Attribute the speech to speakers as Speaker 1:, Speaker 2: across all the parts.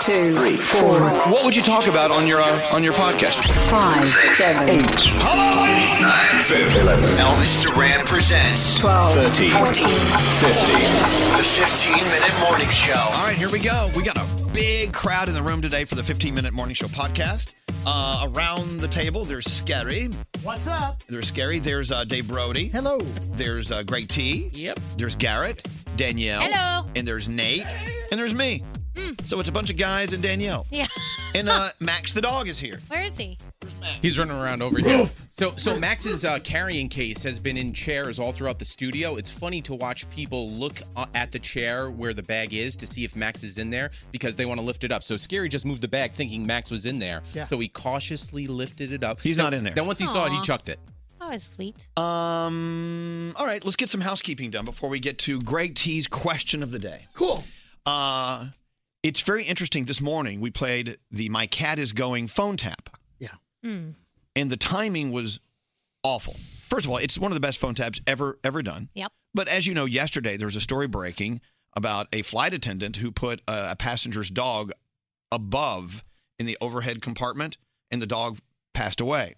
Speaker 1: two, three, four.
Speaker 2: What would you talk about on your uh, on your podcast?
Speaker 1: Five, seven, eight.
Speaker 2: Hello, lady. Nine,
Speaker 3: seven, eleven.
Speaker 1: Elvis Duran presents
Speaker 3: 12, 13,
Speaker 1: 14, 15.
Speaker 3: The
Speaker 1: 15 Minute Morning Show.
Speaker 2: All right, here we go. We got a big crowd in the room today for the 15 Minute Morning Show podcast. Uh, around the table, there's Scary.
Speaker 4: What's up?
Speaker 2: There's Scary. There's uh, Dave Brody.
Speaker 4: Hello.
Speaker 2: There's uh, Greg T.
Speaker 4: Yep.
Speaker 2: There's Garrett, Danielle.
Speaker 5: Hello.
Speaker 2: And there's Nate. And there's me.
Speaker 5: Mm.
Speaker 2: So it's a bunch of guys and Danielle.
Speaker 5: Yeah.
Speaker 2: And uh, Max the dog is here.
Speaker 5: Where is he?
Speaker 6: He's running around over here. So, so Max's uh, carrying case has been in chairs all throughout the studio. It's funny to watch people look uh, at the chair where the bag is to see if Max is in there because they want to lift it up. So Scary just moved the bag thinking Max was in there.
Speaker 2: Yeah.
Speaker 6: So he cautiously lifted it up.
Speaker 2: He's
Speaker 6: Then-
Speaker 2: not in there.
Speaker 6: Then once he saw it, he
Speaker 5: Aw.
Speaker 6: chucked it. Uh,
Speaker 5: Oh, it's sweet.
Speaker 2: Um. All right, let's get some housekeeping done before we get to Greg T's question of the day.
Speaker 4: Cool.
Speaker 2: Uh, it's very interesting. This morning we played the "My Cat Is Going" phone tap,
Speaker 5: Mm.
Speaker 2: and the timing was awful. First of all, it's one of the best phone taps ever ever done.
Speaker 5: Yep.
Speaker 2: But as you know, yesterday there was a story breaking about a flight attendant who put a, a passenger's dog above in the overhead compartment, and the dog passed away.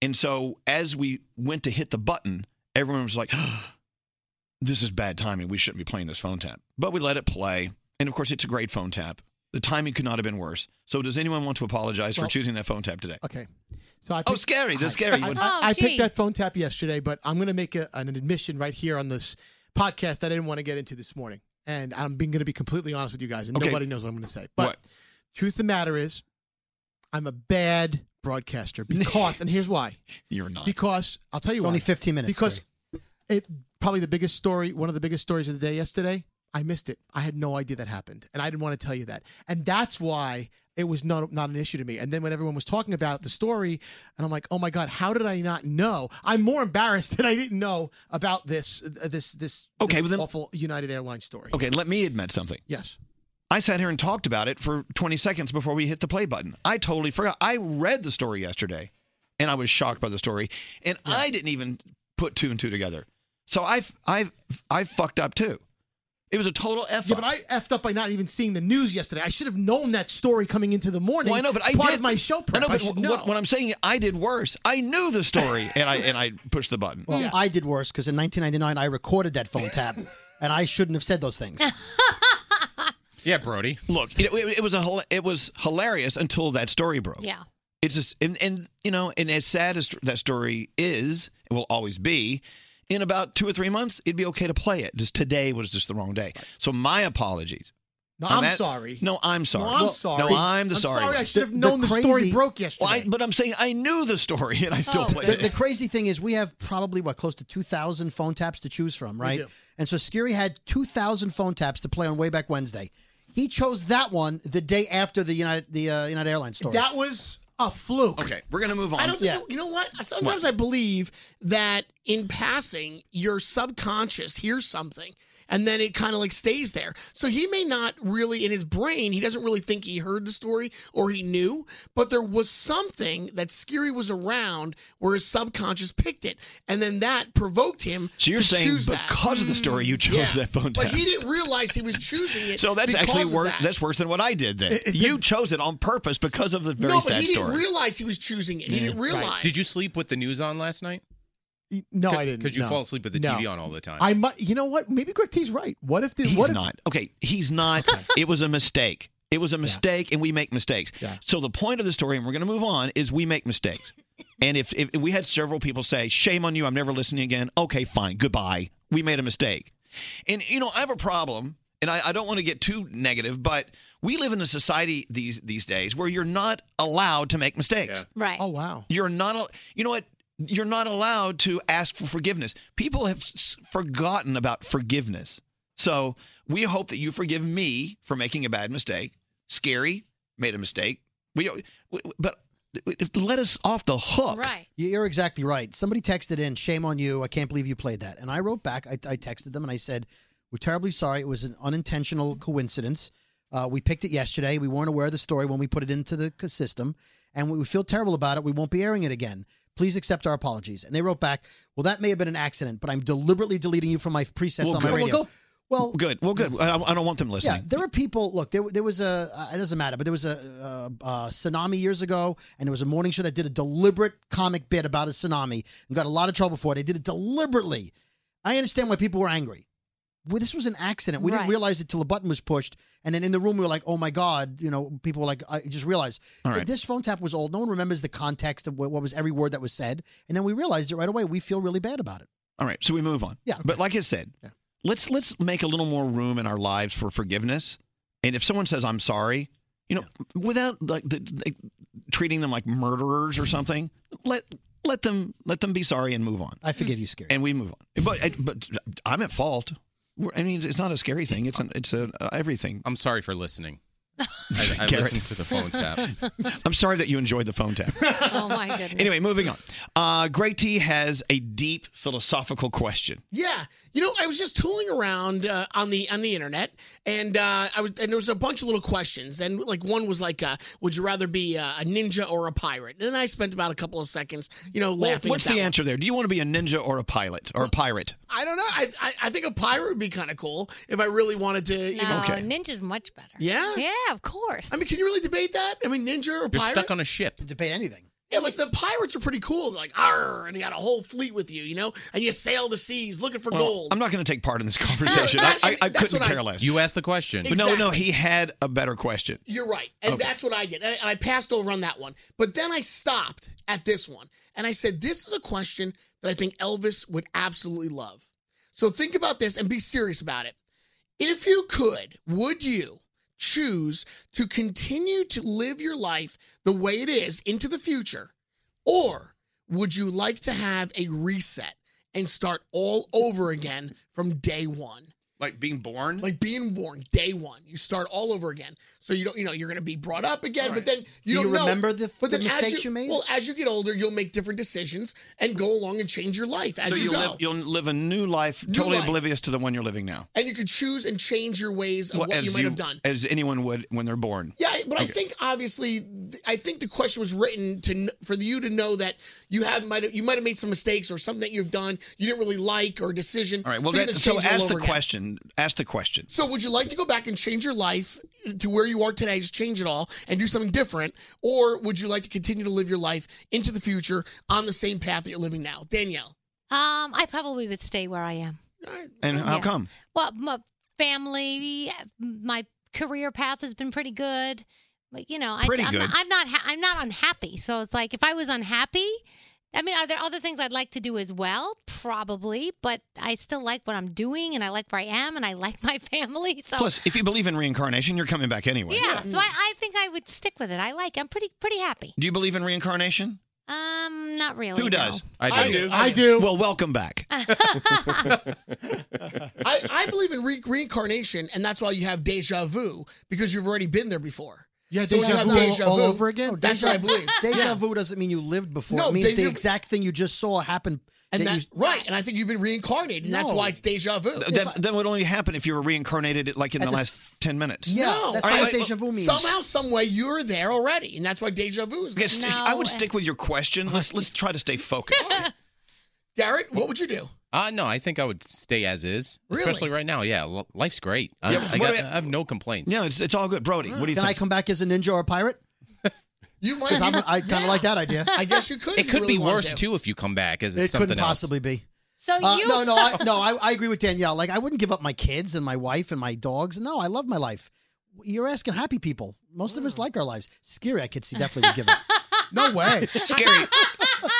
Speaker 2: And so as we went to hit the button, everyone was like, "This is bad timing. We shouldn't be playing this phone tap." But we let it play, and of course, it's a great phone tap. The timing could not have been worse. So, does anyone want to apologize
Speaker 4: Well-
Speaker 2: for choosing that phone tap today?
Speaker 4: Okay. So I
Speaker 2: Oh,
Speaker 4: picked-
Speaker 2: scary. That's scary.
Speaker 4: I, I,
Speaker 2: What-
Speaker 4: I-
Speaker 5: Oh,
Speaker 4: I
Speaker 5: gee.
Speaker 4: picked that phone tap yesterday, but I'm going to make a, an admission right here on this podcast that I didn't want to get into this morning. And I'm being going to be completely honest with you guys, and
Speaker 2: Okay.
Speaker 4: nobody knows what I'm going to say. But
Speaker 2: What?
Speaker 4: truth of the matter is, I'm a bad broadcaster because, and here's why.
Speaker 2: You're not.
Speaker 4: Because I'll tell you
Speaker 7: It's
Speaker 4: why.
Speaker 7: only 15 minutes,
Speaker 4: Because it probably the biggest story, one of the biggest stories of the day yesterday. I missed it. I had no idea that happened, and I didn't want to tell you that. And that's why it was not not an issue to me. And then when everyone was talking about the story, and I'm like, oh my god, how did I not know? I'm more embarrassed that I didn't know about this uh, this this
Speaker 2: Okay,
Speaker 4: this
Speaker 2: well then-
Speaker 4: awful United Airlines story.
Speaker 2: Okay, let me admit something.
Speaker 4: Yes.
Speaker 2: I sat here and talked about it for 20 seconds before we hit the play button. I totally forgot. I read the story yesterday and I was shocked by the story and I didn't even put two and two together. So I've I've I fucked up too. It was a total F
Speaker 4: Yeah, but I effed up by not even seeing the news yesterday. I should have known that story coming into the morning.
Speaker 2: Well, I know, but I
Speaker 4: part
Speaker 2: did
Speaker 4: of my show
Speaker 2: I
Speaker 4: prep.
Speaker 2: know, but
Speaker 4: should
Speaker 2: what, what I'm saying, I did worse. I knew the story and I and I pushed the button.
Speaker 7: Well, I did worse because in 1999 I recorded that phone tap, and I shouldn't have said those things.
Speaker 6: Yeah, Brody.
Speaker 2: Look, it, it, it was a hil- it was hilarious until that story broke.
Speaker 5: Yeah.
Speaker 2: It's just and, and you know, and as sad as that story is, it will always be. In about two or three months, it'd be okay to play it. Just today was just the wrong day. So my apologies.
Speaker 4: No, I'm
Speaker 2: at-
Speaker 4: sorry.
Speaker 2: No, I'm sorry.
Speaker 4: No, I'm sorry.
Speaker 2: No, I'm the
Speaker 4: I'm
Speaker 2: sorry.
Speaker 4: sorry,
Speaker 2: one.
Speaker 4: I should have The- the known the story crazy- broke yesterday.
Speaker 2: Well, I- but I'm saying I knew the story and I still
Speaker 5: Oh.
Speaker 2: played
Speaker 7: The, the
Speaker 2: it.
Speaker 7: crazy thing is, we have probably what close to 2,000 phone taps to choose from, right?
Speaker 2: do.
Speaker 7: And so Scary had 2,000 phone taps to play on way back Wednesday. He chose that one the day after the United the uh, United Airlines story.
Speaker 4: That was a fluke.
Speaker 2: Oh. Okay, we're gonna move
Speaker 8: I don't. You know what? Sometimes I believe that in passing, your subconscious hears something, and then it kind of like stays there. So he may not really in his brain, he doesn't really think he heard the story or he knew, but there was something that Scary was around where his subconscious picked it, and then that provoked him.
Speaker 2: So you're
Speaker 8: to
Speaker 2: saying
Speaker 8: choose that.
Speaker 2: because of the story, you chose that phone
Speaker 8: But
Speaker 2: tap.
Speaker 8: he didn't realize he was choosing it.
Speaker 2: So that's
Speaker 8: because
Speaker 2: actually
Speaker 8: of
Speaker 2: worse.
Speaker 8: that.
Speaker 2: That's worse than what I did. Then you chose it on purpose because of the very
Speaker 8: No, but
Speaker 2: sad
Speaker 8: he didn't
Speaker 2: story.
Speaker 8: realize he was choosing it. He didn't
Speaker 6: Right.
Speaker 8: realize.
Speaker 6: Did you sleep with the news on last night?
Speaker 4: No,
Speaker 6: Could-
Speaker 4: I didn't.
Speaker 6: could you
Speaker 4: no.
Speaker 6: fall asleep with the
Speaker 4: No.
Speaker 6: TV on all the time?
Speaker 4: I might. You know what? Maybe Greg T's right. What if the?
Speaker 2: He's
Speaker 4: what if,
Speaker 2: not. Okay, he's not. it was a mistake. It was a mistake, and we make mistakes. So the point of the story, and we're going to move on, is we make mistakes. and if, if we had several people say, "Shame on you, I'm never listening again." Okay, fine, goodbye. We made a mistake. And you know, I have a problem, and I, I don't want to get too negative, but we live in a society these these days where you're not allowed to make mistakes.
Speaker 4: Right. Oh wow.
Speaker 2: You're not. al- You know what? You're not allowed to ask for forgiveness. People have s- forgotten about forgiveness. So we hope that you forgive me for making a bad mistake. Scary made a mistake. We don't. w- w- But let us off the hook.
Speaker 7: Right. You're exactly right. Somebody texted in, shame on you. I can't believe you played that. And I wrote back, I, I texted them and I said, we're terribly sorry. It was an unintentional coincidence. Uh, we picked it yesterday. We weren't aware of the story when we put it into the c- system. And we, we feel terrible about it. We won't be airing it again. Please accept our apologies. And they wrote back, well, that may have been an accident, but I'm deliberately deleting you from my presets on my
Speaker 2: good.
Speaker 7: radio. Well,
Speaker 2: good. Well, good. I, I don't want them listening.
Speaker 7: Yeah, there were people. Look, there there was a. Uh, it doesn't matter, but there was a uh, uh, tsunami years ago, and there was a morning show that did a deliberate comic bit about a tsunami and got a lot of trouble for it. They did it deliberately. I understand why people were angry. Well, this was an accident. We
Speaker 9: Right.
Speaker 7: didn't realize it till the button was pushed, and then in the room we were like, "Oh my god!" You know, people were like, "I just realized
Speaker 9: All
Speaker 7: that
Speaker 9: right.
Speaker 7: this phone tap was old. No one remembers the context of what, what was every word that was said." And then we realized it right away. We feel really bad about it.
Speaker 2: All right, so we move on.
Speaker 7: Yeah.
Speaker 2: But like I said, let's let's make a little more room in our lives for forgiveness. And if someone says I'm sorry, you know, without like the, like, treating them like murderers or something, let let them let them be sorry and move on.
Speaker 7: I forgive you, scary.
Speaker 2: And we move on. But but I'm at fault. We're- I mean, it's not a scary thing. It's an, it's a uh, everything.
Speaker 6: I'm sorry for listening. I, I
Speaker 2: Garrett.
Speaker 6: listened to the phone tap.
Speaker 2: I'm sorry that you enjoyed the phone tap.
Speaker 5: Oh my goodness.
Speaker 2: anyway, moving on. Uh, Greg T has a deep philosophical question.
Speaker 8: Yeah, you know, I was just tooling around uh, on the on the internet, and uh, I was and there was a bunch of little questions, and like one was like, uh, "Would you rather be uh, a ninja or a pirate?" And then I spent about a couple of seconds, you know,
Speaker 2: Well,
Speaker 8: laughing.
Speaker 2: What's
Speaker 8: at that
Speaker 2: the
Speaker 8: one.
Speaker 2: answer there? Do you want to be a ninja or a pilot or a pirate?
Speaker 8: I don't know. I, I I think a pirate would be kind of cool if I really wanted to. You
Speaker 5: No,
Speaker 8: know,
Speaker 5: Ninja's much better.
Speaker 8: Yeah?
Speaker 5: Yeah, of course.
Speaker 8: I mean, can you really debate that? I mean, ninja or
Speaker 6: You're
Speaker 8: pirate?
Speaker 6: stuck on a ship.
Speaker 7: Debate anything.
Speaker 8: Yeah, like the pirates are pretty cool. They're like, "Arr!" and you got a whole fleet with you, you know, and you sail the seas looking for
Speaker 2: Well,
Speaker 8: gold.
Speaker 2: I'm not going to take part in this conversation. I, I, I
Speaker 8: That's
Speaker 2: couldn't
Speaker 8: what I-
Speaker 2: care less.
Speaker 6: You asked the question.
Speaker 2: But No, no, he had a better question.
Speaker 8: You're right. And
Speaker 2: Okay.
Speaker 8: that's what I did. And and I passed over on that one. But then I stopped at this one. And I said, this is a question that I think Elvis would absolutely love. So think about this and be serious about it. If you could, would you choose to continue to live your life the way it is into the future, or would you like to have a reset and start all over again from day one?
Speaker 2: Like being born?
Speaker 8: Like being born, day one. You start all over again. So you don't, you know, you're going to be brought up again, but then you
Speaker 7: Do
Speaker 8: don't
Speaker 7: you
Speaker 8: know-
Speaker 7: remember the-
Speaker 8: but
Speaker 7: the
Speaker 8: then as
Speaker 7: mistakes you made?
Speaker 8: Well, as you get older, you'll make different decisions and go along and change your life as
Speaker 2: so
Speaker 8: you
Speaker 2: you'll
Speaker 8: go.
Speaker 2: live, you'll live a new life,
Speaker 8: New
Speaker 2: totally
Speaker 8: life.
Speaker 2: oblivious to the one you're living now.
Speaker 8: and you could choose and change your ways of
Speaker 2: Well,
Speaker 8: what
Speaker 2: as
Speaker 8: you might have done.
Speaker 2: As anyone would when they're born.
Speaker 8: Yeah, but I
Speaker 2: Okay.
Speaker 8: think obviously, th- I think the question was written to kn- for you to know that you have might have- you might have made some mistakes or something that you've done you didn't really like or a decision.
Speaker 2: All right. Well,
Speaker 8: you
Speaker 2: that,
Speaker 8: had to
Speaker 2: so
Speaker 8: change it all
Speaker 2: ask the
Speaker 8: over again.
Speaker 2: question. Ask the question.
Speaker 8: So, would you like to go back and change your life uh, to where you are today, just change it all and do something different, or would you like to continue to live your life into the future on the same path that you're living now, Danielle?
Speaker 5: Um, I probably would stay where I am.
Speaker 2: And how
Speaker 5: Yeah.
Speaker 2: come?
Speaker 5: Well, my family, my career path has been pretty good. But you know, I,
Speaker 2: Pretty
Speaker 5: I'm,
Speaker 2: good.
Speaker 5: Not, I'm not. Ha- I'm not unhappy. So it's like if I was unhappy, I mean, are there other things I'd like to do as well? Probably, but I still like what I'm doing, and I like where I am, and I like my family. So
Speaker 2: Plus, if you believe in reincarnation, you're coming back anyway.
Speaker 5: Oh. yeah. So I, I think I would stick with it. I like. I'm pretty pretty happy.
Speaker 2: Do you believe in reincarnation?
Speaker 5: Um, not really.
Speaker 2: Who
Speaker 5: no. Uh.
Speaker 2: does?
Speaker 5: I do.
Speaker 8: I do.
Speaker 2: Well, welcome back.
Speaker 8: I, I believe in re- reincarnation, and that's why you have deja vu because you've already been there before.
Speaker 4: Yeah,
Speaker 8: So when you
Speaker 4: deja
Speaker 8: have
Speaker 4: vu all over again?
Speaker 8: Oh, That's what I believe.
Speaker 7: Deja
Speaker 8: Yeah.
Speaker 7: vu doesn't mean you lived before.
Speaker 8: No,
Speaker 7: it means the
Speaker 8: deja-
Speaker 7: exact thing you just saw happen.
Speaker 8: And
Speaker 7: that
Speaker 8: that,
Speaker 7: you-
Speaker 8: right, and I think you've been reincarnated, and that's
Speaker 7: No.
Speaker 8: why it's deja vu.
Speaker 2: That, that would only happen if you were reincarnated like in
Speaker 8: At
Speaker 2: the
Speaker 8: the
Speaker 2: last 10 minutes.
Speaker 8: no,
Speaker 2: All right,
Speaker 8: I-
Speaker 2: wait,
Speaker 8: Somehow, some way, you're there already, and that's why deja vu is.
Speaker 2: Okay,
Speaker 8: There.
Speaker 2: st- I would stick with your question. Let's let's try to stay focused.
Speaker 8: Garrett, what would you do?
Speaker 6: Uh, no, I think I would stay as is, especially right now. Yeah, l- life's great. I, I,
Speaker 7: what
Speaker 6: got,
Speaker 7: do
Speaker 6: I have no complaints.
Speaker 2: No, it's, it's all good. Brody, what do you
Speaker 7: Can I
Speaker 2: think?
Speaker 7: come back as a ninja or a pirate?
Speaker 8: You might.
Speaker 7: 'Cause I'm- I kind of like that idea.
Speaker 8: I guess you could.
Speaker 6: It could be worse too if you come back as
Speaker 7: It
Speaker 6: something
Speaker 7: couldn't
Speaker 6: else.
Speaker 7: possibly be.
Speaker 5: So
Speaker 7: Uh,
Speaker 5: you
Speaker 7: no, no, I, no. I, I agree with Danielle. Like, I wouldn't give up my kids and my wife and my dogs. No, I love my life. You're asking happy people. Most of us like our lives. Scary, I could see definitely would give up.
Speaker 4: no way.
Speaker 2: Scary.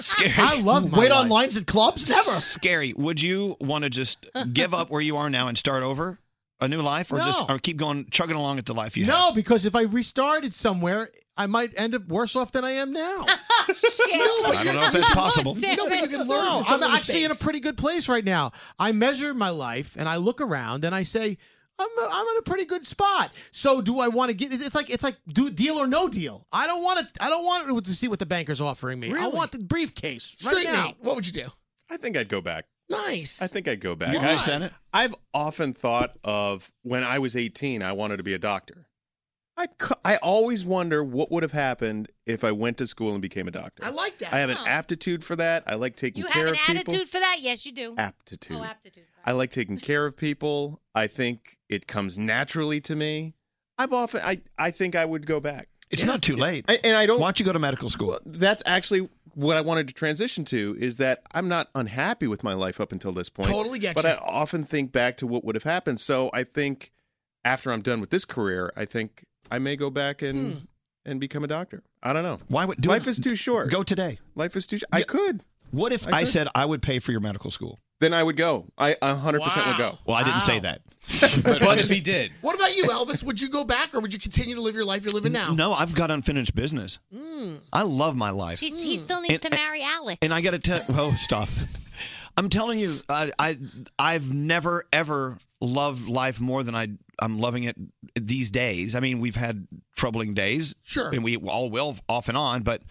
Speaker 2: Scary.
Speaker 7: I love my Wait on life. lines at clubs? Never.
Speaker 2: Scary. Would you want to just give up where you are now and start over? A new life? Or just
Speaker 4: No.
Speaker 2: or keep going, chugging along at the life you have?
Speaker 4: No, because if I restarted somewhere, I might end up worse off than I am now.
Speaker 8: No, but
Speaker 2: I
Speaker 8: you-
Speaker 2: don't know if that's
Speaker 8: you-
Speaker 2: possible.
Speaker 8: No, but you can learn
Speaker 4: No,
Speaker 8: from some
Speaker 4: I'm
Speaker 8: of the
Speaker 4: actually in a
Speaker 8: mistakes.
Speaker 4: pretty good place right now. I measure my life and I look around and I say, I'm, I'm in a pretty good spot. So do I want to get? It's like it's like do deal or no deal. I don't want to. I don't want to see what the banker's offering me. I
Speaker 8: Really?
Speaker 4: want the briefcase right
Speaker 8: Straight
Speaker 4: now.
Speaker 8: Nate, what would you do?
Speaker 9: I think I'd go back.
Speaker 8: Nice.
Speaker 9: I think I'd go back.
Speaker 8: Why?
Speaker 9: I, I've often thought of when I was 18, I wanted to be a doctor. I, cu- I always wonder what would have happened if I went to school and became a doctor.
Speaker 5: I like that.
Speaker 9: I have an
Speaker 5: Huh.
Speaker 9: aptitude for that. I like taking
Speaker 5: you
Speaker 9: care
Speaker 5: have an
Speaker 9: of people.
Speaker 5: attitude for that. Yes, you do.
Speaker 9: Aptitude.
Speaker 5: Oh, aptitude.
Speaker 9: I like taking care of people. I think it comes naturally to me. I've often I I think I would go back.
Speaker 2: It's not too late.
Speaker 9: I- and I don't
Speaker 2: Why don't you go to medical school?
Speaker 9: that's actually what I wanted to transition to is that I'm not unhappy with my life up until this point.
Speaker 8: Totally get
Speaker 9: But
Speaker 8: you.
Speaker 9: I often think back to what would have happened. So I think after I'm done with this career, I think I may go back and
Speaker 5: Hmm.
Speaker 9: and become a doctor. I don't know.
Speaker 2: Why would do
Speaker 9: life
Speaker 2: it-
Speaker 9: is too short?
Speaker 2: Go today.
Speaker 9: Life is too. Sh- I could.
Speaker 2: What if
Speaker 9: I
Speaker 2: I,
Speaker 9: could.
Speaker 2: said I would pay for your medical school?
Speaker 9: Then I would go. I 100 percent would
Speaker 8: Wow.
Speaker 9: go.
Speaker 2: Well, I didn't say that.
Speaker 6: But, if he did?
Speaker 8: What about you, Elvis? would you go back or would you continue to live your life you're living now? Hmm.
Speaker 2: No, I've got unfinished business. I love my life.
Speaker 5: She's, He still needs
Speaker 2: And-
Speaker 5: to marry Alex.
Speaker 2: And I got to tell, oh, stop. I'm telling you, I, I I've never ever loved life more than I I'm loving it these days. I mean, we've had troubling days,
Speaker 8: Sure.
Speaker 2: and we all will off and on, but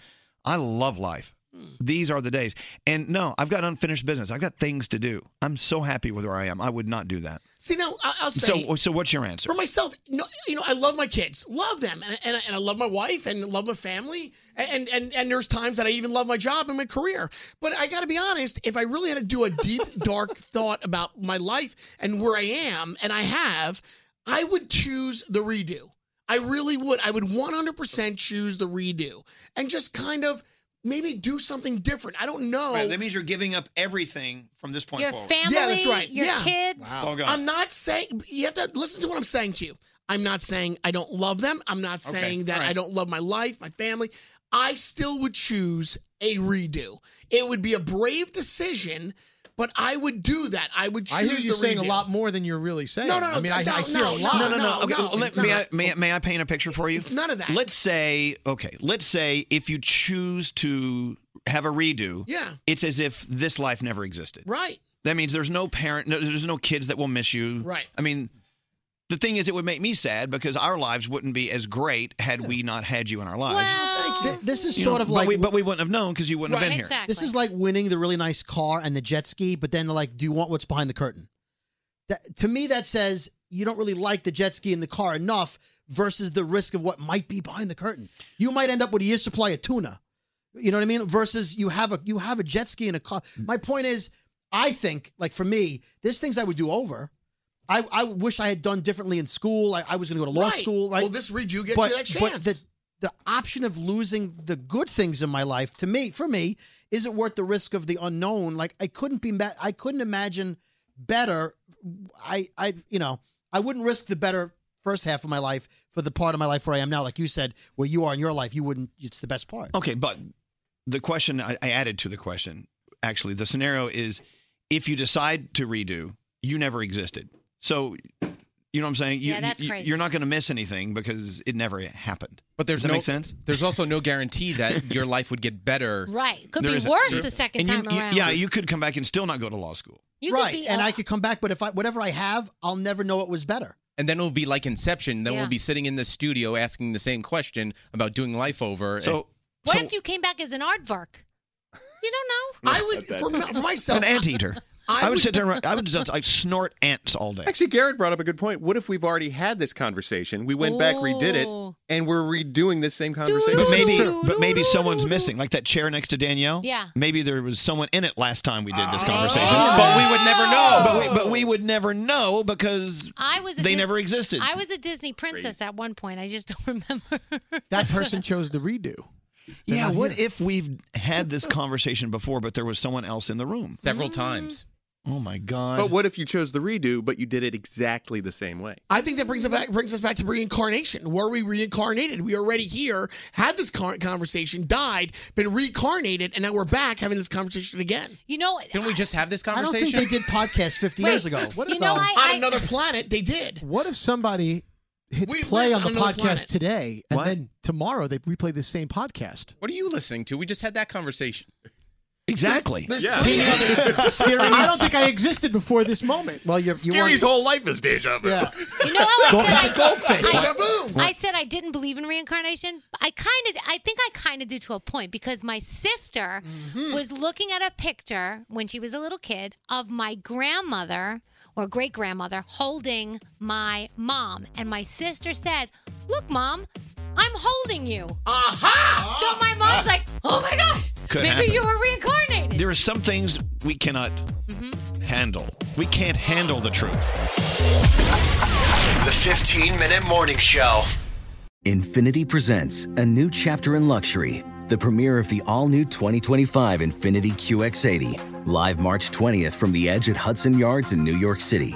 Speaker 2: I love life. These are the days. And no, I've got unfinished business. I've got things to do. I'm so happy with where I am. I would not do that.
Speaker 8: See, now I- I'll say.
Speaker 2: So so what's your answer?
Speaker 8: For myself, no, you know, I love my kids, love them, and, and, and I love my wife, and love my family, and, and and there's times that I even love my job and my career. But I got to be honest, if I really had to do a deep, dark thought about my life and where I am, and I have, I would choose the redo. I really would. I would 100% choose the redo, and just kind of maybe do something different. I don't know.
Speaker 2: Right, that means you're giving up everything from this point
Speaker 5: Your
Speaker 2: forward.
Speaker 5: family,
Speaker 8: Yeah, that's right.
Speaker 5: your
Speaker 8: yeah.
Speaker 5: kids.
Speaker 2: All gone.
Speaker 8: I'm not saying you have to listen to what I'm saying to you. I'm not saying I don't love them. I'm not
Speaker 2: Okay,
Speaker 8: saying that
Speaker 2: all right.
Speaker 8: I don't love my life, my family. I still would choose a redo. It would be a brave decision, But I would do that. I would choose
Speaker 4: I hear you
Speaker 8: the
Speaker 4: saying
Speaker 8: redo.
Speaker 4: a lot more than you're really saying.
Speaker 8: No, no, no,
Speaker 4: I mean, I,
Speaker 8: no,
Speaker 4: I hear a
Speaker 8: no,
Speaker 4: lot.
Speaker 8: no, no, no.
Speaker 2: Okay,
Speaker 8: no,
Speaker 2: let-
Speaker 8: it's
Speaker 2: may
Speaker 8: not.
Speaker 2: I may, I- may I paint a picture for you? It's
Speaker 8: none of that.
Speaker 2: Let's say okay. Let's say if you choose to have a redo,
Speaker 8: Yeah.
Speaker 2: it's as if this life never existed.
Speaker 8: Right.
Speaker 2: That means there's no parent, no, there's no kids that will miss you.
Speaker 8: Right.
Speaker 2: I mean, the thing is, it would make me sad because our lives wouldn't be as great had we not had you in our lives.
Speaker 7: Th- this is
Speaker 2: You know,
Speaker 7: sort of
Speaker 2: but
Speaker 7: like
Speaker 2: we- but we wouldn't have known because you wouldn't have been here.
Speaker 7: This is like winning the really nice car and the jet ski, but then they're like, do you want what's behind the curtain? That, to me, that says you don't really like the jet ski and the car enough versus the risk of what might be behind the curtain. You might end up with a year's supply of tuna. You know what I mean? Versus you have a you have a jet ski and a car. My point is, I think like for me, there's things I would do over. I, I wish I had done differently in school. I, I was going to go to law
Speaker 8: Right.
Speaker 7: school. Right?
Speaker 8: Well, this redo gets
Speaker 7: but,
Speaker 8: you that chance.
Speaker 7: But the, the option of losing the good things in my life to me for me isn't worth the risk of the unknown like i couldn't be ma- i couldn't imagine better i i you know i wouldn't risk the better first half of my life for the part of my life where i am now like you said where you are in your life you wouldn't it's the best part
Speaker 2: Okay, but the question I, I added to the question, actually, the scenario is if you decide to redo, you never existed. So, you know what I'm saying? You,
Speaker 5: Yeah, that's
Speaker 2: you-
Speaker 5: crazy.
Speaker 2: You're not going to miss anything because it never happened.
Speaker 6: But there's
Speaker 2: Does that
Speaker 6: no,
Speaker 2: make sense?
Speaker 6: There's also no guarantee that your life would get better.
Speaker 5: Right. Could
Speaker 6: There
Speaker 5: be
Speaker 6: isn't.
Speaker 5: worse
Speaker 6: Sure.
Speaker 5: the second
Speaker 6: And you-
Speaker 5: time
Speaker 6: you-
Speaker 5: around.
Speaker 2: Yeah, you could come back and still not go to law school.
Speaker 5: You could
Speaker 7: right
Speaker 5: be-
Speaker 7: and i could come back but if i whatever i have i'll never know it was better
Speaker 6: And then it'll be like Inception. Then
Speaker 5: Yeah.
Speaker 6: we'll be sitting in the studio asking the same question about doing life over.
Speaker 2: So,
Speaker 5: What if you came back as an aardvark?
Speaker 8: I would for, my- for myself.
Speaker 2: An anteater.
Speaker 8: I
Speaker 2: I, would
Speaker 8: would-
Speaker 2: sit there. and- I would just like snort ants all day.
Speaker 9: Actually, Garrett brought up a good point. What if we've already had this conversation? We went back, redid it, and we're redoing this same conversation.
Speaker 2: But maybe, but maybe someone's missing, like that chair next to Danielle.
Speaker 9: Yeah.
Speaker 2: Maybe there was someone in it last time we did this conversation, but we would never know. But we, but we would never know because
Speaker 5: I was. A
Speaker 2: they
Speaker 5: Dis-
Speaker 2: never existed.
Speaker 5: I was a Disney princess at one point. I just don't remember.
Speaker 4: That person chose the redo.
Speaker 2: yeah. What if we've had this conversation before, but there was someone else in the room
Speaker 6: several times?
Speaker 5: Mm.
Speaker 2: Oh my god!
Speaker 9: But what if you chose the redo, but you did it exactly the same way?
Speaker 8: I think that brings us back brings us back to reincarnation. Were we reincarnated? We already here had this car- conversation, died, been reincarnated, and now we're back having this conversation again.
Speaker 5: You know,
Speaker 6: Didn't we just have this
Speaker 7: i don't
Speaker 6: conversation?
Speaker 7: think they did podcasts 50 years ago
Speaker 4: What
Speaker 5: you
Speaker 4: if,
Speaker 5: know,
Speaker 4: um,
Speaker 5: I,
Speaker 8: on
Speaker 5: I
Speaker 8: another planet, they did.
Speaker 4: What if somebody hits
Speaker 8: We
Speaker 4: play on
Speaker 8: lived
Speaker 4: the
Speaker 8: on another
Speaker 4: podcast
Speaker 8: planet.
Speaker 4: today, and then tomorrow they replay the same podcast?
Speaker 6: What are you listening to? We just had that conversation.
Speaker 2: Exactly.
Speaker 6: There's
Speaker 4: Yeah.
Speaker 6: plenty
Speaker 4: I don't think I existed before this moment.
Speaker 7: Well, you're, you
Speaker 9: Gary's whole life is deja vu.
Speaker 4: Yeah.
Speaker 5: You know how I said I,
Speaker 4: goldfish.
Speaker 5: I, I said I didn't believe in reincarnation. I kind of, I think I kind of do to a point because my sister
Speaker 4: Mm-hmm.
Speaker 5: was looking at a picture when she was a little kid of my grandmother or great grandmother holding my mom, and my sister said, "Look, mom." I'm holding you. Aha! So my mom's like, "Oh my gosh,
Speaker 2: Could
Speaker 5: maybe
Speaker 2: happen.
Speaker 5: you were reincarnated."
Speaker 2: There are some things we cannot
Speaker 7: Mm-hmm.
Speaker 2: handle. We can't handle the truth.
Speaker 1: The 15 minute morning show.
Speaker 10: Infinity presents a new chapter in luxury, the premiere of the all new 2025 Infinity QX80, live March 20th from the edge at Hudson Yards in New York City,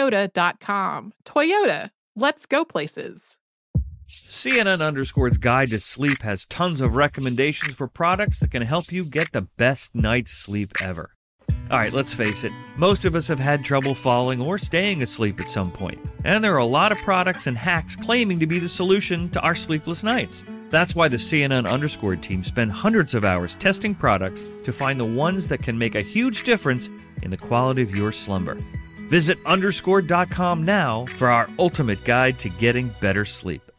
Speaker 11: buyatoyota.com. Toyota, let's go places.
Speaker 12: CNN Underscore's Guide to Sleep has tons of recommendations for products that can help you get the best night's sleep ever. All right, let's face it, most of us have had trouble falling or staying asleep at some point, and there are a lot of products and hacks claiming to be the solution to our sleepless nights. That's why the CNN Underscore team spend hundreds of hours testing products to find the ones that can make a huge difference in the quality of your slumber. Visit underscore.com now for our ultimate guide to getting better sleep.